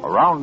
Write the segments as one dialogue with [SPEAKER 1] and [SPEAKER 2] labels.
[SPEAKER 1] from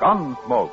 [SPEAKER 1] Gunsmoke,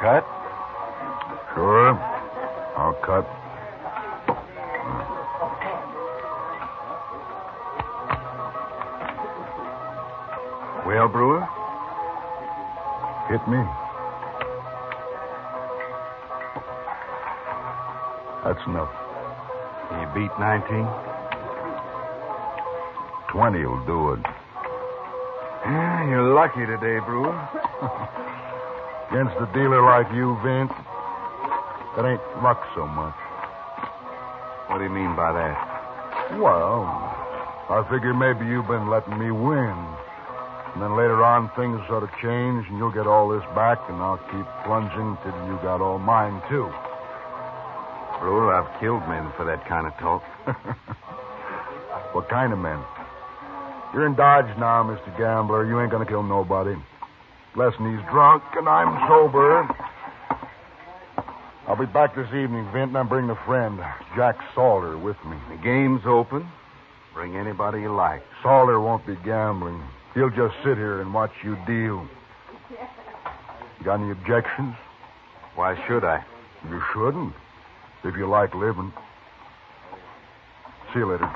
[SPEAKER 2] Cut?
[SPEAKER 3] Sure. I'll cut.
[SPEAKER 2] Well, Brewer?
[SPEAKER 3] Hit me. That's enough.
[SPEAKER 2] You beat 19?
[SPEAKER 3] Twenty'll do it.
[SPEAKER 2] Yeah, You're lucky today, Brewer.
[SPEAKER 3] Against a dealer like you, Vince, that ain't luck so much.
[SPEAKER 2] What do you mean by that?
[SPEAKER 3] Well, I figure maybe you've been letting me win. And then later on, things sort of change, and you'll get all this back, and I'll keep plunging till you got all mine, too.
[SPEAKER 2] Brewer, I've killed men for that kind of talk.
[SPEAKER 3] What kind of men? You're in Dodge now, Mr. Gambler. You ain't gonna kill nobody. Lesson he's drunk and I'm sober. I'll be back this evening, Vint, and I'll bring a friend, Jack Salter, with me.
[SPEAKER 2] The game's open. Bring anybody you like.
[SPEAKER 3] Salter won't be gambling. He'll just sit here and watch you deal. You got any objections?
[SPEAKER 2] Why should I?
[SPEAKER 3] You shouldn't, if you like living. See you later.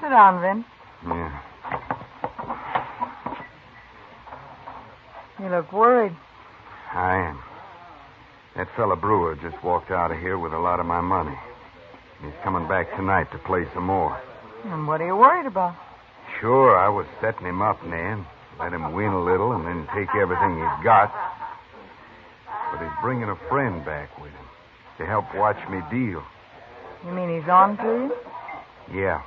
[SPEAKER 4] Sit down, Vince.
[SPEAKER 2] Yeah.
[SPEAKER 4] You look worried.
[SPEAKER 2] I am. That fella Brewer just walked out of here with a lot of my money. He's coming back tonight to play some more.
[SPEAKER 4] And what are you worried about?
[SPEAKER 2] Sure, I was setting him up, Nan. Let him win a little and then take everything he's got. But he's bringing a friend back with him to help watch me deal.
[SPEAKER 4] You mean he's on to you?
[SPEAKER 2] Yeah,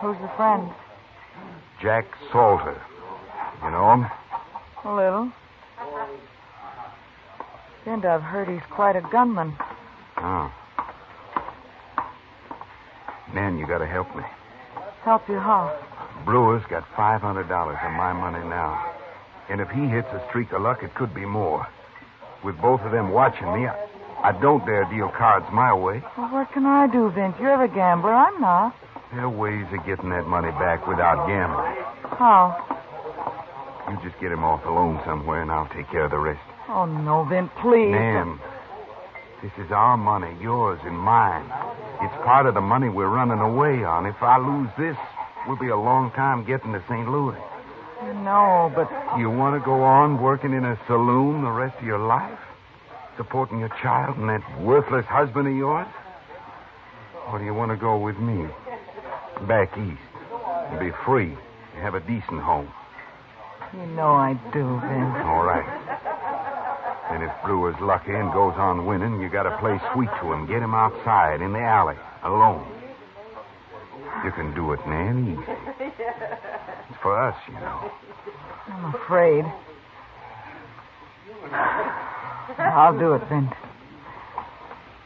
[SPEAKER 4] Who's the friend?
[SPEAKER 2] Jack Salter. You know him?
[SPEAKER 4] A little. Vince, I've heard he's quite a gunman.
[SPEAKER 2] Oh. Nan, you gotta help me.
[SPEAKER 4] Help you how?
[SPEAKER 2] Brewer's got five hundred dollars of my money now. And if he hits a streak of luck, it could be more. With both of them watching me, I, I don't dare deal cards my way.
[SPEAKER 4] Well, what can I do, Vince? You're the gambler. I'm not.
[SPEAKER 2] There are ways of getting that money back without gambling.
[SPEAKER 4] How?
[SPEAKER 2] You just get him off alone somewhere, and I'll take care of the rest.
[SPEAKER 4] Oh, no, Vince, please.
[SPEAKER 2] Nan, this is our money, yours and mine. It's part of the money we're running away on. If I lose this, we'll be a long time getting to St. Louis.
[SPEAKER 4] No, but
[SPEAKER 2] You want to go on working in a saloon the rest of your life? Supporting your child and that worthless husband of yours? Or do you want to go with me? Back east. And be free. And have a decent home.
[SPEAKER 4] you know I do, Vince.
[SPEAKER 2] All right. And if Brewer's lucky and goes on winning, you got to play sweet to him. Get him outside in the alley, alone. You can do it, Nan, easy. It's for us, you know.
[SPEAKER 4] I'm afraid. I'll do it, Vince.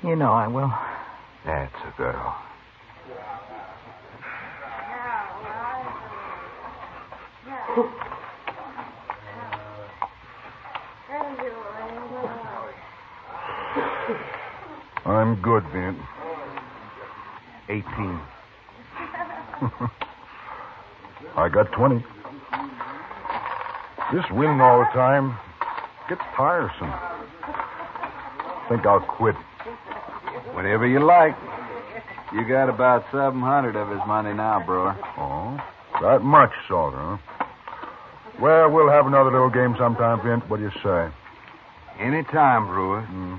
[SPEAKER 4] You know I will.
[SPEAKER 2] That's a girl.
[SPEAKER 3] I'm good, Vint.
[SPEAKER 5] 18.
[SPEAKER 3] I got 20. This winning all the time gets tiresome. Think I'll quit.
[SPEAKER 6] Whatever you like. You got about 700 of his money now, Brewer.
[SPEAKER 3] Oh, that much, Salter, huh? Well, we'll have another little game sometime, Vint. What do you say?
[SPEAKER 5] Any time, Brewer.
[SPEAKER 6] Mm-hmm.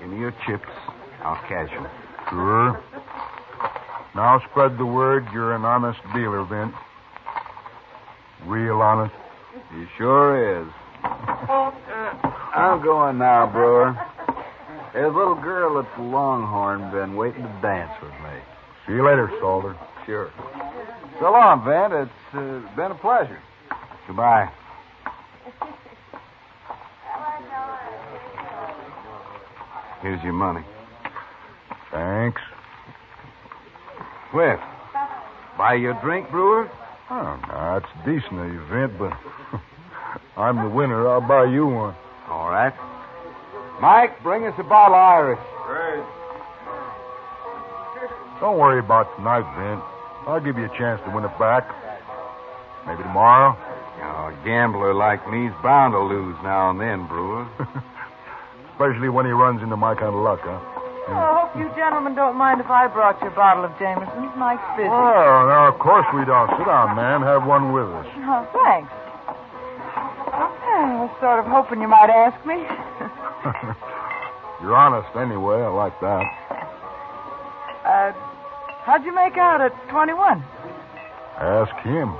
[SPEAKER 5] Give me your chips. I'll cash 'em.
[SPEAKER 3] Sure. Now spread the word you're an honest dealer, Vint. Real honest.
[SPEAKER 6] He sure is. I'm going now, Brewer. There's a little girl at the Longhorn been waiting to dance with me.
[SPEAKER 3] See you later, Salter.
[SPEAKER 6] Sure. So long, Van. It's uh, been a pleasure.
[SPEAKER 5] Goodbye. Here's your money.
[SPEAKER 3] Thanks.
[SPEAKER 5] Well, buy your drink, Brewer?
[SPEAKER 3] Oh, now, it's decent of you, Vint, but I'm the winner. I'll buy you one.
[SPEAKER 5] All right. Mike, bring us a bottle of Irish.
[SPEAKER 3] Don't worry about tonight, Vint. I'll give you a chance to win it back. Maybe tomorrow.
[SPEAKER 5] Now, a gambler like me's bound to lose now and then, Brewer.
[SPEAKER 3] Especially when he runs into my kind of luck, huh?
[SPEAKER 4] Oh, I hope you gentlemen don't mind if I brought you a bottle of Jameson's. Mike's busy.
[SPEAKER 3] Well, Oh, now, of course we don't. Sit down, man. Have one with us.
[SPEAKER 4] Oh, thanks. Eh, I was sort of hoping you might ask me.
[SPEAKER 3] You're honest, anyway. I like that.
[SPEAKER 4] Uh, how'd you make out at 21?
[SPEAKER 3] Ask him.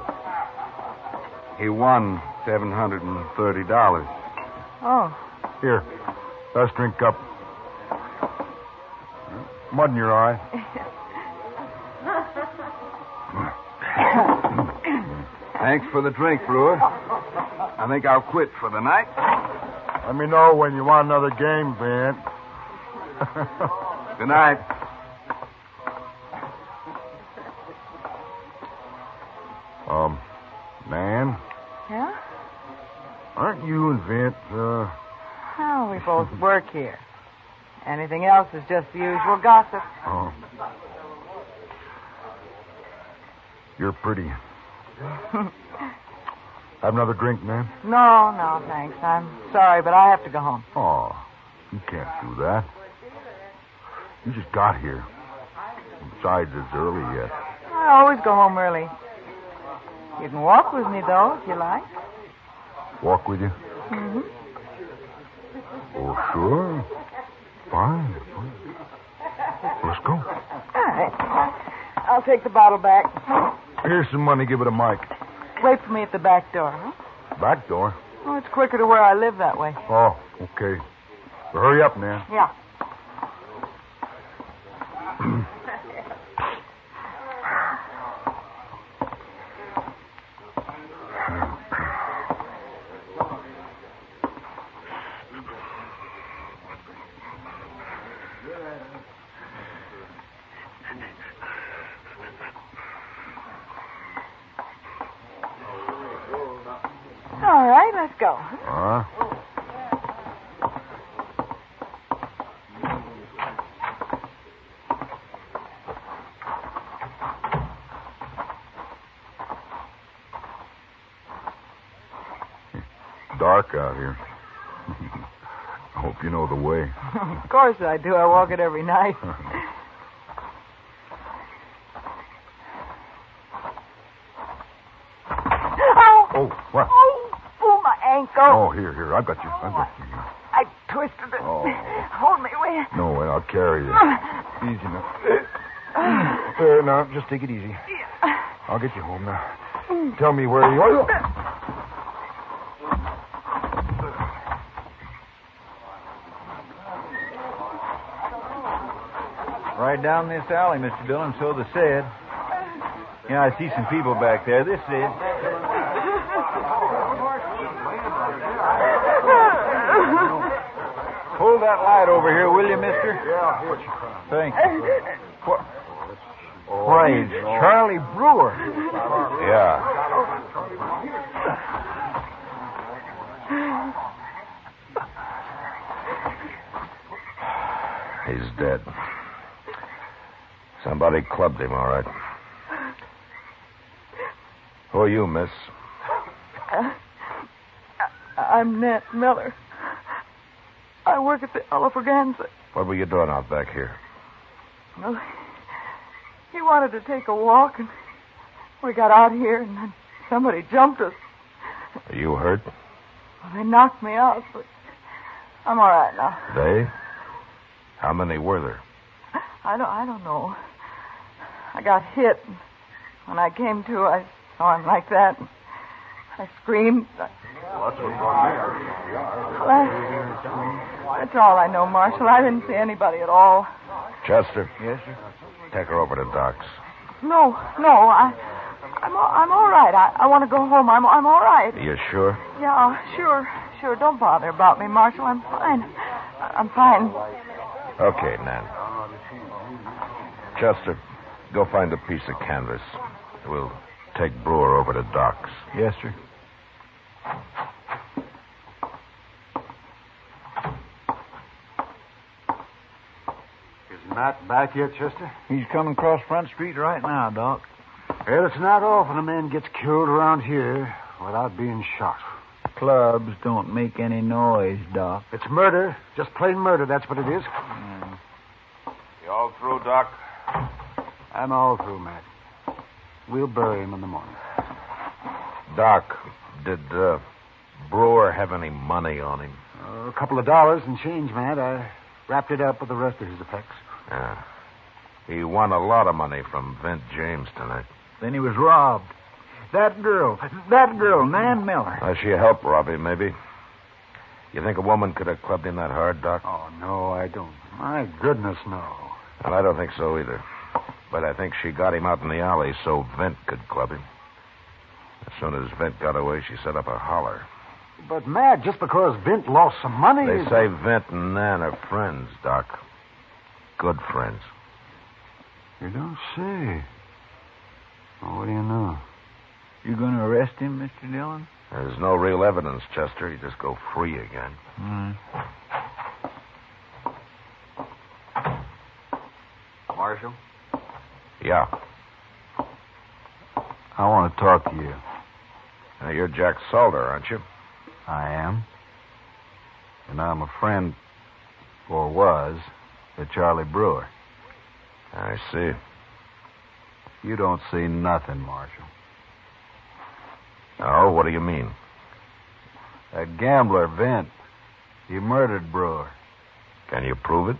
[SPEAKER 5] He won $730.
[SPEAKER 4] Oh,
[SPEAKER 3] Here, let's drink up. Mud in your eye.
[SPEAKER 5] Thanks for the drink, Brewer. I think I'll quit for the night.
[SPEAKER 3] Let me know when you want another game, Vint.
[SPEAKER 5] Good night.
[SPEAKER 3] Um, man,
[SPEAKER 4] yeah?
[SPEAKER 3] aren't you and Vint, uh,
[SPEAKER 4] Oh, we both work here. Anything else is just the usual gossip.
[SPEAKER 3] oh. You're pretty. Have another drink, man?
[SPEAKER 4] No, no, thanks. I'm sorry, but I have to go home.
[SPEAKER 3] Oh, you can't do that. You just got here. Besides, it's early yet.
[SPEAKER 4] I always go home early. You can walk with me, though, if you like.
[SPEAKER 3] Walk with you?
[SPEAKER 4] Mm-hmm.
[SPEAKER 3] Oh, sure. Fine. fine. Let's go.
[SPEAKER 4] All right. I'll take the bottle back.
[SPEAKER 3] Here's some money. Give it to Mike.
[SPEAKER 4] Wait for me at the back door, huh?
[SPEAKER 3] Back door.
[SPEAKER 4] Oh, it's quicker to where I live that way.
[SPEAKER 3] Oh, okay. Well, hurry up, man.
[SPEAKER 4] Yeah. All right, let's go.
[SPEAKER 3] Huh? Dark out here. I hope you know the way.
[SPEAKER 4] of course I do. I walk it every night. Ow!
[SPEAKER 3] Oh, what?
[SPEAKER 4] Oh, oh, my ankle.
[SPEAKER 3] Oh, here, here. I've got you. I've got you.
[SPEAKER 4] I twisted it.
[SPEAKER 3] Oh.
[SPEAKER 4] Hold me, will you?
[SPEAKER 3] No way. I'll carry you. Easy now. There, now, just take it easy. I'll get you home now. Tell me where you are.
[SPEAKER 6] Right down this alley, Mr. Dillon, so they said. Yeah, I see some people back there. This is it. Pull that light over here, will you, mister? Yeah, Thank you. What? Why, it's Charlie Brewer. Yeah.
[SPEAKER 2] He's dead. Somebody clubbed him, all right. Who are you, miss?
[SPEAKER 4] Uh, I'm Nat Miller. I work at the Elephorganza.
[SPEAKER 2] What were you doing out back here?
[SPEAKER 4] Well, he wanted to take a walk, and we got out here, and then somebody jumped us.
[SPEAKER 2] Are you hurt?
[SPEAKER 4] Well, they knocked me out, but I'm all right now.
[SPEAKER 2] They? How many were there?
[SPEAKER 4] I don't, I don't know. I got hit. and When I came to, I saw him like that. I screamed. I- Well, I- that's all I know, Marshal. I didn't see anybody at all.
[SPEAKER 2] Chester? Yes, sir. Take her over to Doc's.
[SPEAKER 4] No, no, I, I'm, all, I'm all right. I, I want to go home. I'm, I'm all right.
[SPEAKER 2] You sure?
[SPEAKER 4] Yeah, sure, sure. Don't bother about me, Marshal. I'm fine. I- I'm fine.
[SPEAKER 2] Okay, Nan. Chester, go find a piece of canvas. We'll take Brewer over to Doc's.
[SPEAKER 3] Yes, sir.
[SPEAKER 7] Is Matt back yet, Chester?
[SPEAKER 3] He's coming across Front Street right now, Doc.
[SPEAKER 7] Well, it's not often a man gets killed around here without being shot.
[SPEAKER 3] Clubs don't make any noise, Doc.
[SPEAKER 7] It's murder. Just plain murder, that's what it is.
[SPEAKER 2] Oh,
[SPEAKER 8] You all through, Doc?
[SPEAKER 7] I'm all through, Matt. We'll bury him in the morning.
[SPEAKER 2] Doc, did uh, Brewer have any money on him?
[SPEAKER 7] Uh, a couple of dollars and change, Matt. I wrapped it up with the rest of his effects.
[SPEAKER 2] Yeah. He won a lot of money from Vint James tonight.
[SPEAKER 3] Then he was robbed. That girl, that girl, Nan Miller.
[SPEAKER 2] Uh, she helped Robbie, maybe. You think a woman could have clubbed him that hard, Doc?
[SPEAKER 7] Oh, no, I don't. My goodness, no.
[SPEAKER 2] Well, I don't think so either. But I think she got him out in the alley so Vint could club him. As soon as Vint got away, she set up a holler.
[SPEAKER 7] But, Matt, just because Vint lost some money.
[SPEAKER 2] They say Vint and Nan are friends, Doc. Good friends.
[SPEAKER 7] You don't say. Well, what do you know?
[SPEAKER 3] You going to arrest him, Mr. Dillon?
[SPEAKER 2] There's no real evidence, Chester. You just go free again.
[SPEAKER 3] Hmm. Marshal?
[SPEAKER 2] Yeah.
[SPEAKER 3] I want to talk to you.
[SPEAKER 2] Now, you're Jack Salter, aren't you?
[SPEAKER 3] I am. And I'm a friend, or was, to Charlie Brewer.
[SPEAKER 2] I see.
[SPEAKER 3] You don't see nothing, Marshal.
[SPEAKER 2] Oh, what do you mean?
[SPEAKER 3] A gambler, Vint. He murdered Brewer.
[SPEAKER 2] Can you prove it?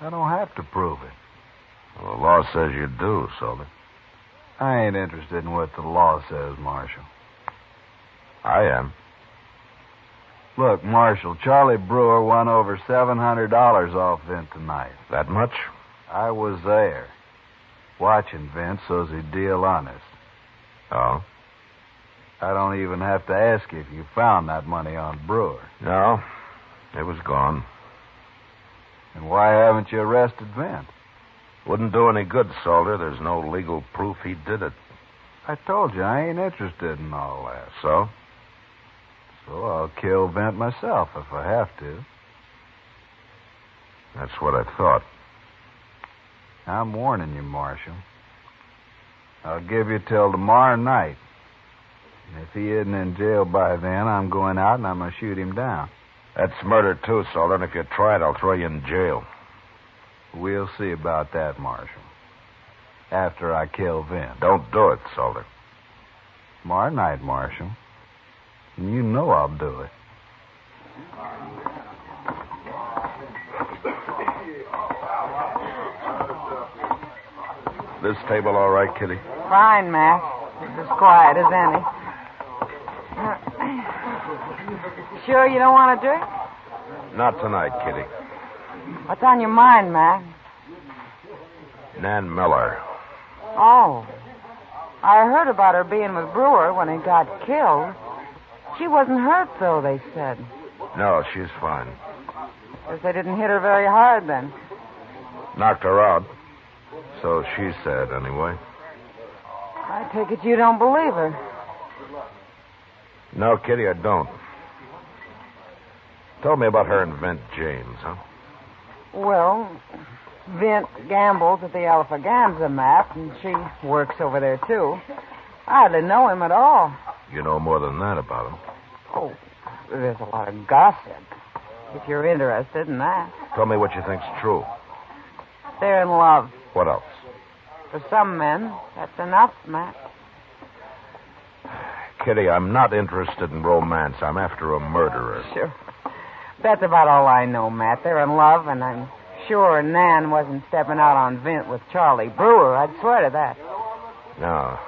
[SPEAKER 3] I don't have to prove it.
[SPEAKER 2] Well, the law says you do, Salter.
[SPEAKER 3] I ain't interested in what the law says, Marshal.
[SPEAKER 2] I am.
[SPEAKER 3] Look, Marshal, Charlie Brewer won over $700 off Vint tonight.
[SPEAKER 2] That much?
[SPEAKER 3] I was there, watching Vince so's he'd deal honest.
[SPEAKER 2] Oh.
[SPEAKER 3] I don't even have to ask you if you found that money on Brewer.
[SPEAKER 2] No. It was gone.
[SPEAKER 3] And why haven't you arrested Vince?
[SPEAKER 2] Wouldn't do any good, Salter. There's no legal proof he did it.
[SPEAKER 3] I told you I ain't interested in all that.
[SPEAKER 2] So?
[SPEAKER 3] So I'll kill Vint myself if I have to.
[SPEAKER 2] That's what I thought.
[SPEAKER 3] I'm warning you, Marshal. I'll give you till tomorrow night. And if he isn't in jail by then, I'm going out and I'm going to shoot him down.
[SPEAKER 2] That's murder, too, Salter, and if you try it, I'll throw you in jail.
[SPEAKER 3] We'll see about that, Marshal. After I kill Vince.
[SPEAKER 2] Don't do it, Salter.
[SPEAKER 3] Tomorrow night, Marshal. And you know I'll do it.
[SPEAKER 2] This table all right, Kitty?
[SPEAKER 4] Fine, Mac. It's as quiet as any. Sure you don't want to do it?
[SPEAKER 2] Not tonight, Kitty.
[SPEAKER 4] What's on your mind, Mac?
[SPEAKER 2] Nan Miller.
[SPEAKER 4] Oh. I heard about her being with Brewer when he got killed. She wasn't hurt, though, they said.
[SPEAKER 2] No, she's fine.
[SPEAKER 4] Guess they didn't hit her very hard then.
[SPEAKER 2] Knocked her out. So she said, anyway.
[SPEAKER 4] I take it you don't believe her.
[SPEAKER 2] No, Kitty, I don't. Tell me about her and Vint James, huh?
[SPEAKER 4] Well, Vint gambles at the Alpha Gamza map, and she works over there, too. I hardly know him at all.
[SPEAKER 2] You know more than that about him.
[SPEAKER 4] Oh, there's a lot of gossip, if you're interested in that.
[SPEAKER 2] Tell me what you think's true.
[SPEAKER 4] They're in love.
[SPEAKER 2] What else?
[SPEAKER 4] For some men, that's enough, Matt.
[SPEAKER 2] Kitty, I'm not interested in romance. I'm after a murderer.
[SPEAKER 4] Sure. That's about all I know, Matt. They're in love, and I'm sure Nan wasn't stepping out on Vint with Charlie Brewer. I'd swear to that.
[SPEAKER 2] No,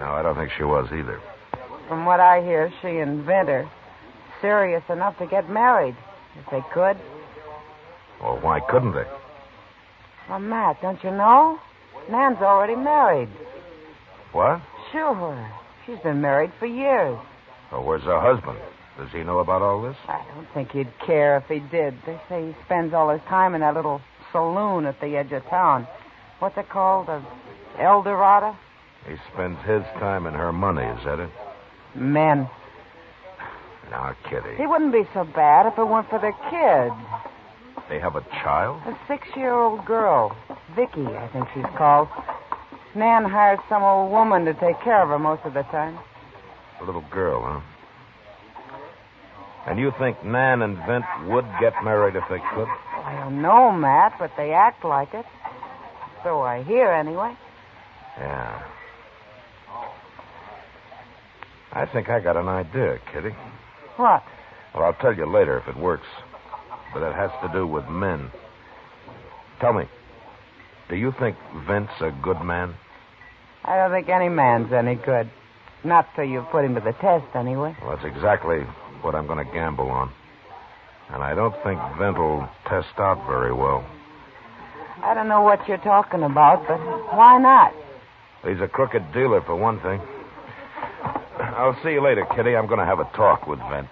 [SPEAKER 2] no, I don't think she was either.
[SPEAKER 4] From what I hear, she and Vint are serious enough to get married, if they could.
[SPEAKER 2] Well, why couldn't they?
[SPEAKER 4] Well, Matt, don't you know? Nan's already married.
[SPEAKER 2] What?
[SPEAKER 4] Sure. She's been married for years.
[SPEAKER 2] Well, where's her husband? Does he know about all this?
[SPEAKER 4] I don't think he'd care if he did. They say he spends all his time in that little saloon at the edge of town. What's it called? The El Dorado?
[SPEAKER 2] He spends his time and her money, is that it?
[SPEAKER 4] Men.
[SPEAKER 2] Now, Kitty,
[SPEAKER 4] He wouldn't be so bad if it weren't for their kid.
[SPEAKER 2] they have a child?
[SPEAKER 4] A six-year-old girl. Vicky, I think she's called. Nan hired some old woman to take care of her most of the time.
[SPEAKER 2] A little girl, huh? And you think Nan and Vint would get married if they could?
[SPEAKER 4] I don't know, Oh, Matt, but they act like it. So I hear, anyway.
[SPEAKER 2] Yeah. I think I got an idea, Kitty.
[SPEAKER 4] What?
[SPEAKER 2] Well, I'll tell you later if it works. But it has to do with men. Tell me, do you think Vint's a good man?
[SPEAKER 4] I don't think any man's any good. Not till you've put him to the test, anyway.
[SPEAKER 2] Well, that's exactly what I'm going to gamble on. And I don't think Vint will test out very well.
[SPEAKER 4] I don't know what you're talking about, but why not?
[SPEAKER 2] He's a crooked dealer, for one thing. I'll see you later, Kitty. I'm going to have a talk with Vint.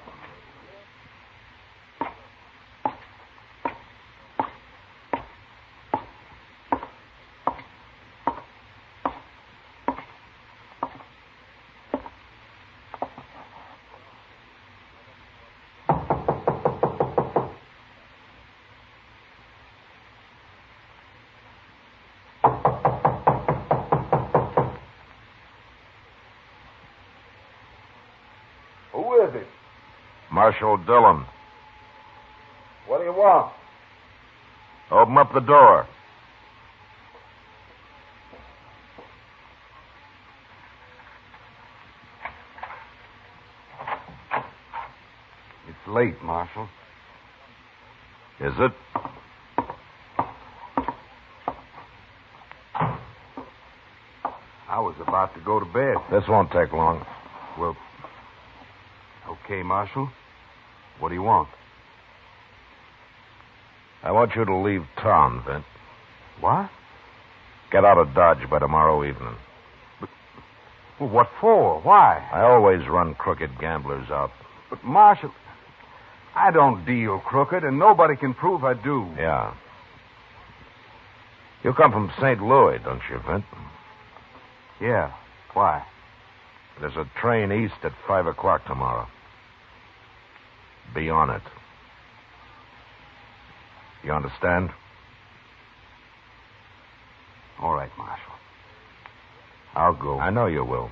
[SPEAKER 9] Who is it?
[SPEAKER 2] Marshal Dillon,
[SPEAKER 9] What do you want?
[SPEAKER 2] open up the door.
[SPEAKER 3] It's late, Marshal.
[SPEAKER 2] Is it?
[SPEAKER 3] I was about to go to bed.
[SPEAKER 2] This won't take long.
[SPEAKER 3] Well, okay, Marshal. What do you want?
[SPEAKER 2] I want you to leave town, Vint.
[SPEAKER 3] What?
[SPEAKER 2] Get out of Dodge by tomorrow evening.
[SPEAKER 3] Well, what for? Why?
[SPEAKER 2] I always run crooked gamblers out.
[SPEAKER 3] But, Marshal, I don't deal crooked, and nobody can prove I do.
[SPEAKER 2] Yeah. You come from St. Louis, don't you, Vint?
[SPEAKER 3] Yeah. Why?
[SPEAKER 2] There's a train east at 5 o'clock tomorrow. Be on it. You understand?
[SPEAKER 3] All right, Marshal.
[SPEAKER 2] I'll go. I know you will.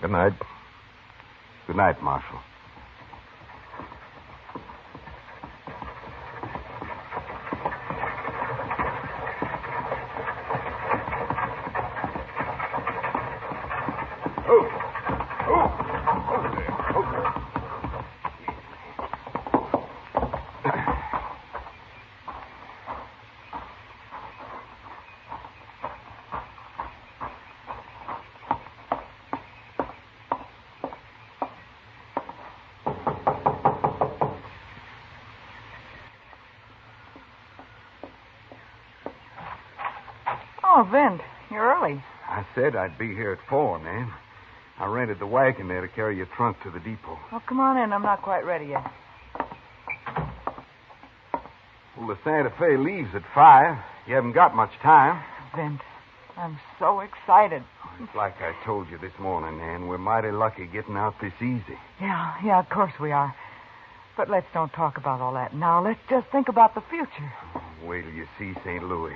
[SPEAKER 2] Good night.
[SPEAKER 3] Good night, Marshal.
[SPEAKER 10] Oh, Vint, you're early.
[SPEAKER 3] I said I'd be here at four, Nan. I rented the wagon there to carry your trunk to the depot.
[SPEAKER 10] Well, come on in. I'm not quite ready yet.
[SPEAKER 3] Well, the Santa Fe leaves at five. You haven't got much time.
[SPEAKER 10] Vint, I'm so excited.
[SPEAKER 3] It's like I told you this morning, Nan. We're mighty lucky getting out this easy.
[SPEAKER 10] Yeah, yeah, of course we are.
[SPEAKER 4] But let's don't talk about all that now. Let's just think about the future.
[SPEAKER 3] Wait till you see St. Louis.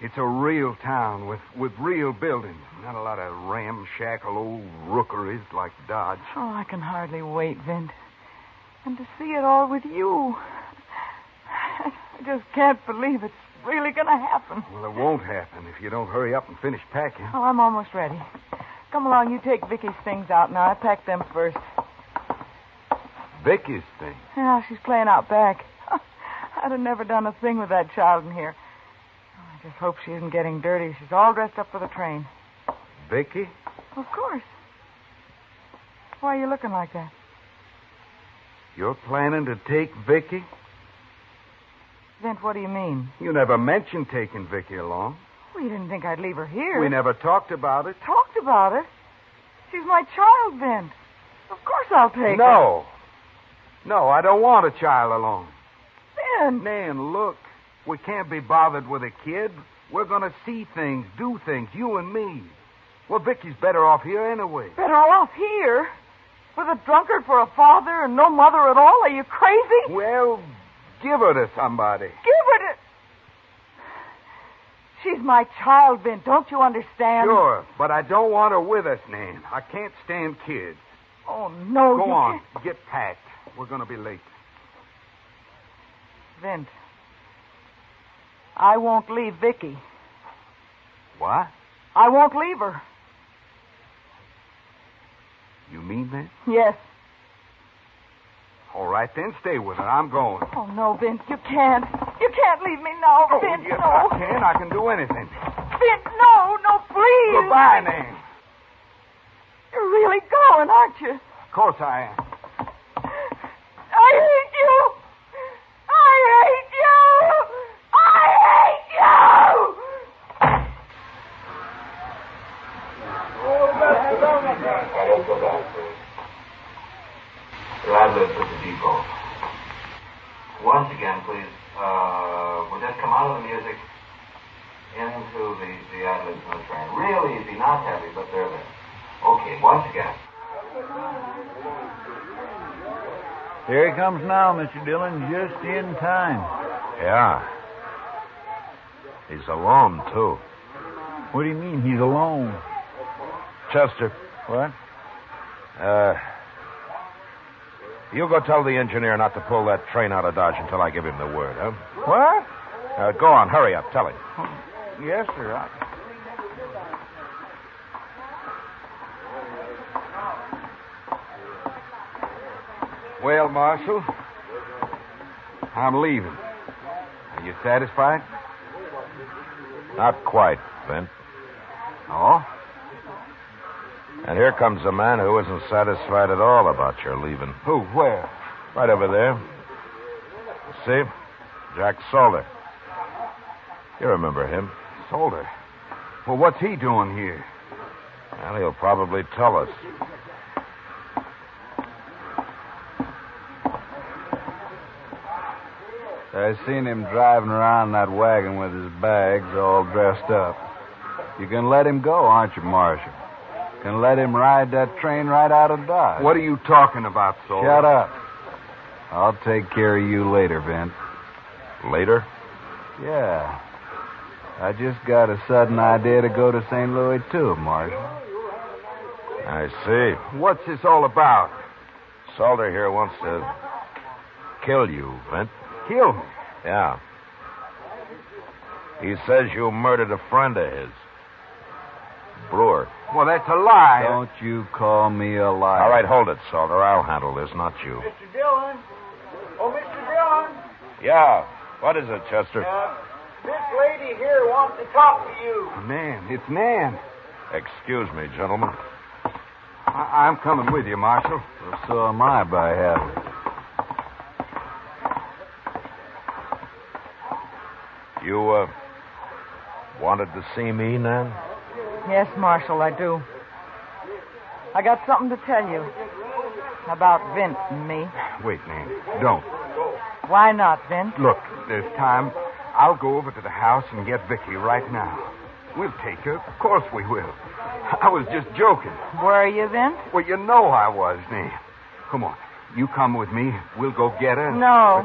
[SPEAKER 3] It's a real town with, with real buildings, not a lot of ramshackle old rookeries like Dodge.
[SPEAKER 4] Oh, I can hardly wait, Vint. And to see it all with you. I just can't believe it's really going to happen.
[SPEAKER 3] Well, it won't happen if you don't hurry up and finish packing.
[SPEAKER 4] Oh, I'm almost ready. Come along, you take Vicky's things out now. I packed them first.
[SPEAKER 3] Vicky's thing.
[SPEAKER 4] Yeah, she's playing out back. I'd have never done a thing with that child in here. Oh, I just hope she isn't getting dirty. She's all dressed up for the train.
[SPEAKER 3] Vicky?
[SPEAKER 4] Of course. Why are you looking like that?
[SPEAKER 3] You're planning to take Vicky?
[SPEAKER 4] Vint, what do you mean?
[SPEAKER 3] You never mentioned taking Vicky along.
[SPEAKER 4] Well, you didn't think I'd leave her here.
[SPEAKER 3] We never talked about it.
[SPEAKER 4] talked about it. She's my child, Vint. Of course I'll take her.
[SPEAKER 3] No. No, I don't want a child along.
[SPEAKER 4] Vint.
[SPEAKER 3] Nan, look. We can't be bothered with a kid. We're going to see things, do things, you and me. Well, Vicky's better off here anyway.
[SPEAKER 4] Better off here? With a drunkard for a father and no mother at all? Are you crazy?
[SPEAKER 3] Well, give her to somebody.
[SPEAKER 4] Give her to. She's my child, Vint. Don't you understand?
[SPEAKER 3] Sure, but I don't want her with us, Nan. I can't stand kids.
[SPEAKER 4] Oh, no.
[SPEAKER 3] Go
[SPEAKER 4] you
[SPEAKER 3] on, get packed. We're going to be late.
[SPEAKER 4] Can't. Vint. I won't leave Vicky.
[SPEAKER 3] What?
[SPEAKER 4] I won't leave her.
[SPEAKER 3] You mean that?
[SPEAKER 4] Yes.
[SPEAKER 3] All right, then stay with her. I'm going.
[SPEAKER 4] Oh, no, Vint. You can't. You can't leave me now,
[SPEAKER 3] Oh,
[SPEAKER 4] Vint.
[SPEAKER 3] yes,
[SPEAKER 4] no.
[SPEAKER 3] I can. I can do anything.
[SPEAKER 4] Vint, no. No, please.
[SPEAKER 3] Goodbye, Nan.
[SPEAKER 4] You're really going, aren't you?
[SPEAKER 3] Of course I am.
[SPEAKER 4] I hate you. I hate you. I hate you.
[SPEAKER 11] Lazarus at the depot. Once again, please, uh, would that come out of the music into the, the outlets on the train? Real easy, not heavy, but they're there. Okay, once again.
[SPEAKER 12] Here he comes now, Mr. Dillon, just in time.
[SPEAKER 2] Yeah. He's alone, too.
[SPEAKER 12] What do you mean he's alone?
[SPEAKER 2] Chester,
[SPEAKER 12] What?
[SPEAKER 2] uh, you go tell the engineer not to pull that train out of Dodge until I give him the word, huh?
[SPEAKER 12] What?
[SPEAKER 2] Uh, go on, hurry up, tell him.
[SPEAKER 12] Yes, sir. I...
[SPEAKER 3] Well, Marshal, I'm leaving. Are you satisfied?
[SPEAKER 2] Not quite, Vin.
[SPEAKER 3] Oh?
[SPEAKER 2] And here comes a man who isn't satisfied at all about your leaving.
[SPEAKER 3] Who? Where?
[SPEAKER 2] Right over there. See? Jack Solder. You remember him.
[SPEAKER 3] Solder. Well, what's he doing here?
[SPEAKER 2] And he'll probably tell us.
[SPEAKER 12] I seen him driving around that wagon with his bags all dressed up. You can let him go, aren't you, Marshal? Can let him ride that train right out of Dodge.
[SPEAKER 3] What are you talking about, Solder?
[SPEAKER 12] Shut up. I'll take care of you later, Vent.
[SPEAKER 2] Later?
[SPEAKER 12] Yeah. I just got a sudden idea to go to St. Louis, too, Marshal.
[SPEAKER 2] I see.
[SPEAKER 3] What's this all about?
[SPEAKER 2] Solder here wants to kill you, Vent.
[SPEAKER 3] Kill me.
[SPEAKER 2] Yeah. He says you murdered a friend of his. Brewer.
[SPEAKER 3] Well, that's a lie.
[SPEAKER 12] Don't you call me a liar.
[SPEAKER 2] All right, hold it, Solder. I'll handle this, not you.
[SPEAKER 13] Mr. Dillon. Oh, Mr. Dillon.
[SPEAKER 2] Yeah. What is it, Chester?
[SPEAKER 13] Uh, this lady here wants to talk to you.
[SPEAKER 3] Nan, it's Nan.
[SPEAKER 2] Excuse me, gentlemen.
[SPEAKER 3] I- I'm coming with you, Marshal.
[SPEAKER 12] Well, so am I by habit.
[SPEAKER 2] You, uh, wanted to see me, Nan?
[SPEAKER 4] Yes, Marshal, I do. I got something to tell you about Vint and me.
[SPEAKER 3] Wait, Nan. Don't.
[SPEAKER 4] Why not, Vint?
[SPEAKER 3] Look, there's time. I'll go over to the house and get Vicky right now. We'll take her. Of course we will. I was just joking.
[SPEAKER 4] Were you, Vint?
[SPEAKER 3] Well, you know I was, Nan. Come on.
[SPEAKER 14] You come with me. We'll go get her.
[SPEAKER 4] No.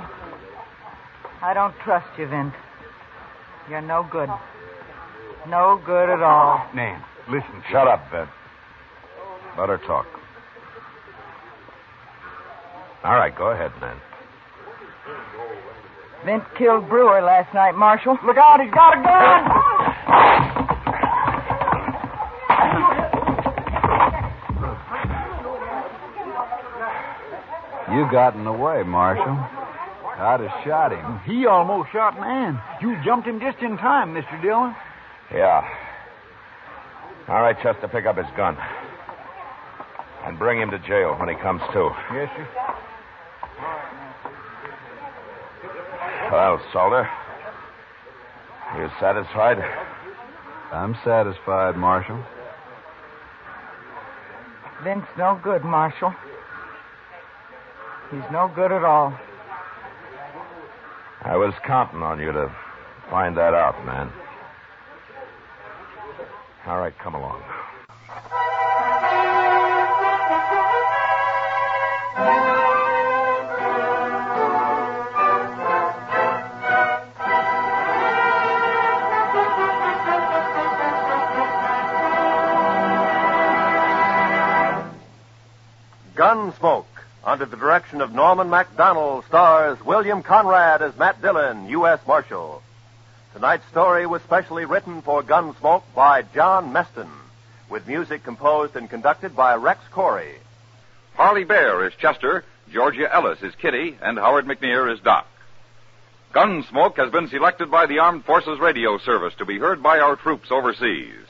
[SPEAKER 4] I don't trust you, Vint. You're no good. No good at all.
[SPEAKER 14] Nan, listen.
[SPEAKER 2] Shut up, Ben. Let her talk. All right, go ahead, Nan.
[SPEAKER 4] Vint killed Brewer last night, Marshal. Look out, he's got a gun!
[SPEAKER 3] You got in the way, Marshal. I'd have shot him.
[SPEAKER 15] He almost shot Nan. You jumped him just in time, Mr. Dillon.
[SPEAKER 2] Yeah. All right, Chester, pick up his gun. And bring him to jail when he comes to.
[SPEAKER 15] Yes, sir.
[SPEAKER 2] Well, Salter, you satisfied?
[SPEAKER 3] I'm satisfied, Marshal.
[SPEAKER 4] Vint's no good, Marshal. He's no good at all.
[SPEAKER 2] I was counting on you to find that out, man. All right, come along.
[SPEAKER 16] Gunsmoke, under the direction of Norman MacDonald, stars William Conrad as Matt Dillon, U.S. Marshal. Tonight's story was specially written for Gunsmoke by John Meston, with music composed and conducted by Rex Corey.
[SPEAKER 1] Harley Bear is Chester, Georgia Ellis is Kitty, and Howard McNear is Doc. Gunsmoke has been selected by the Armed Forces Radio Service to be heard by our troops overseas.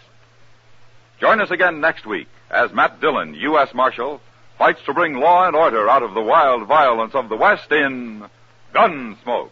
[SPEAKER 1] Join us again next week as Matt Dillon, U.S. Marshal, fights to bring law and order out of the wild violence of the West in Gunsmoke.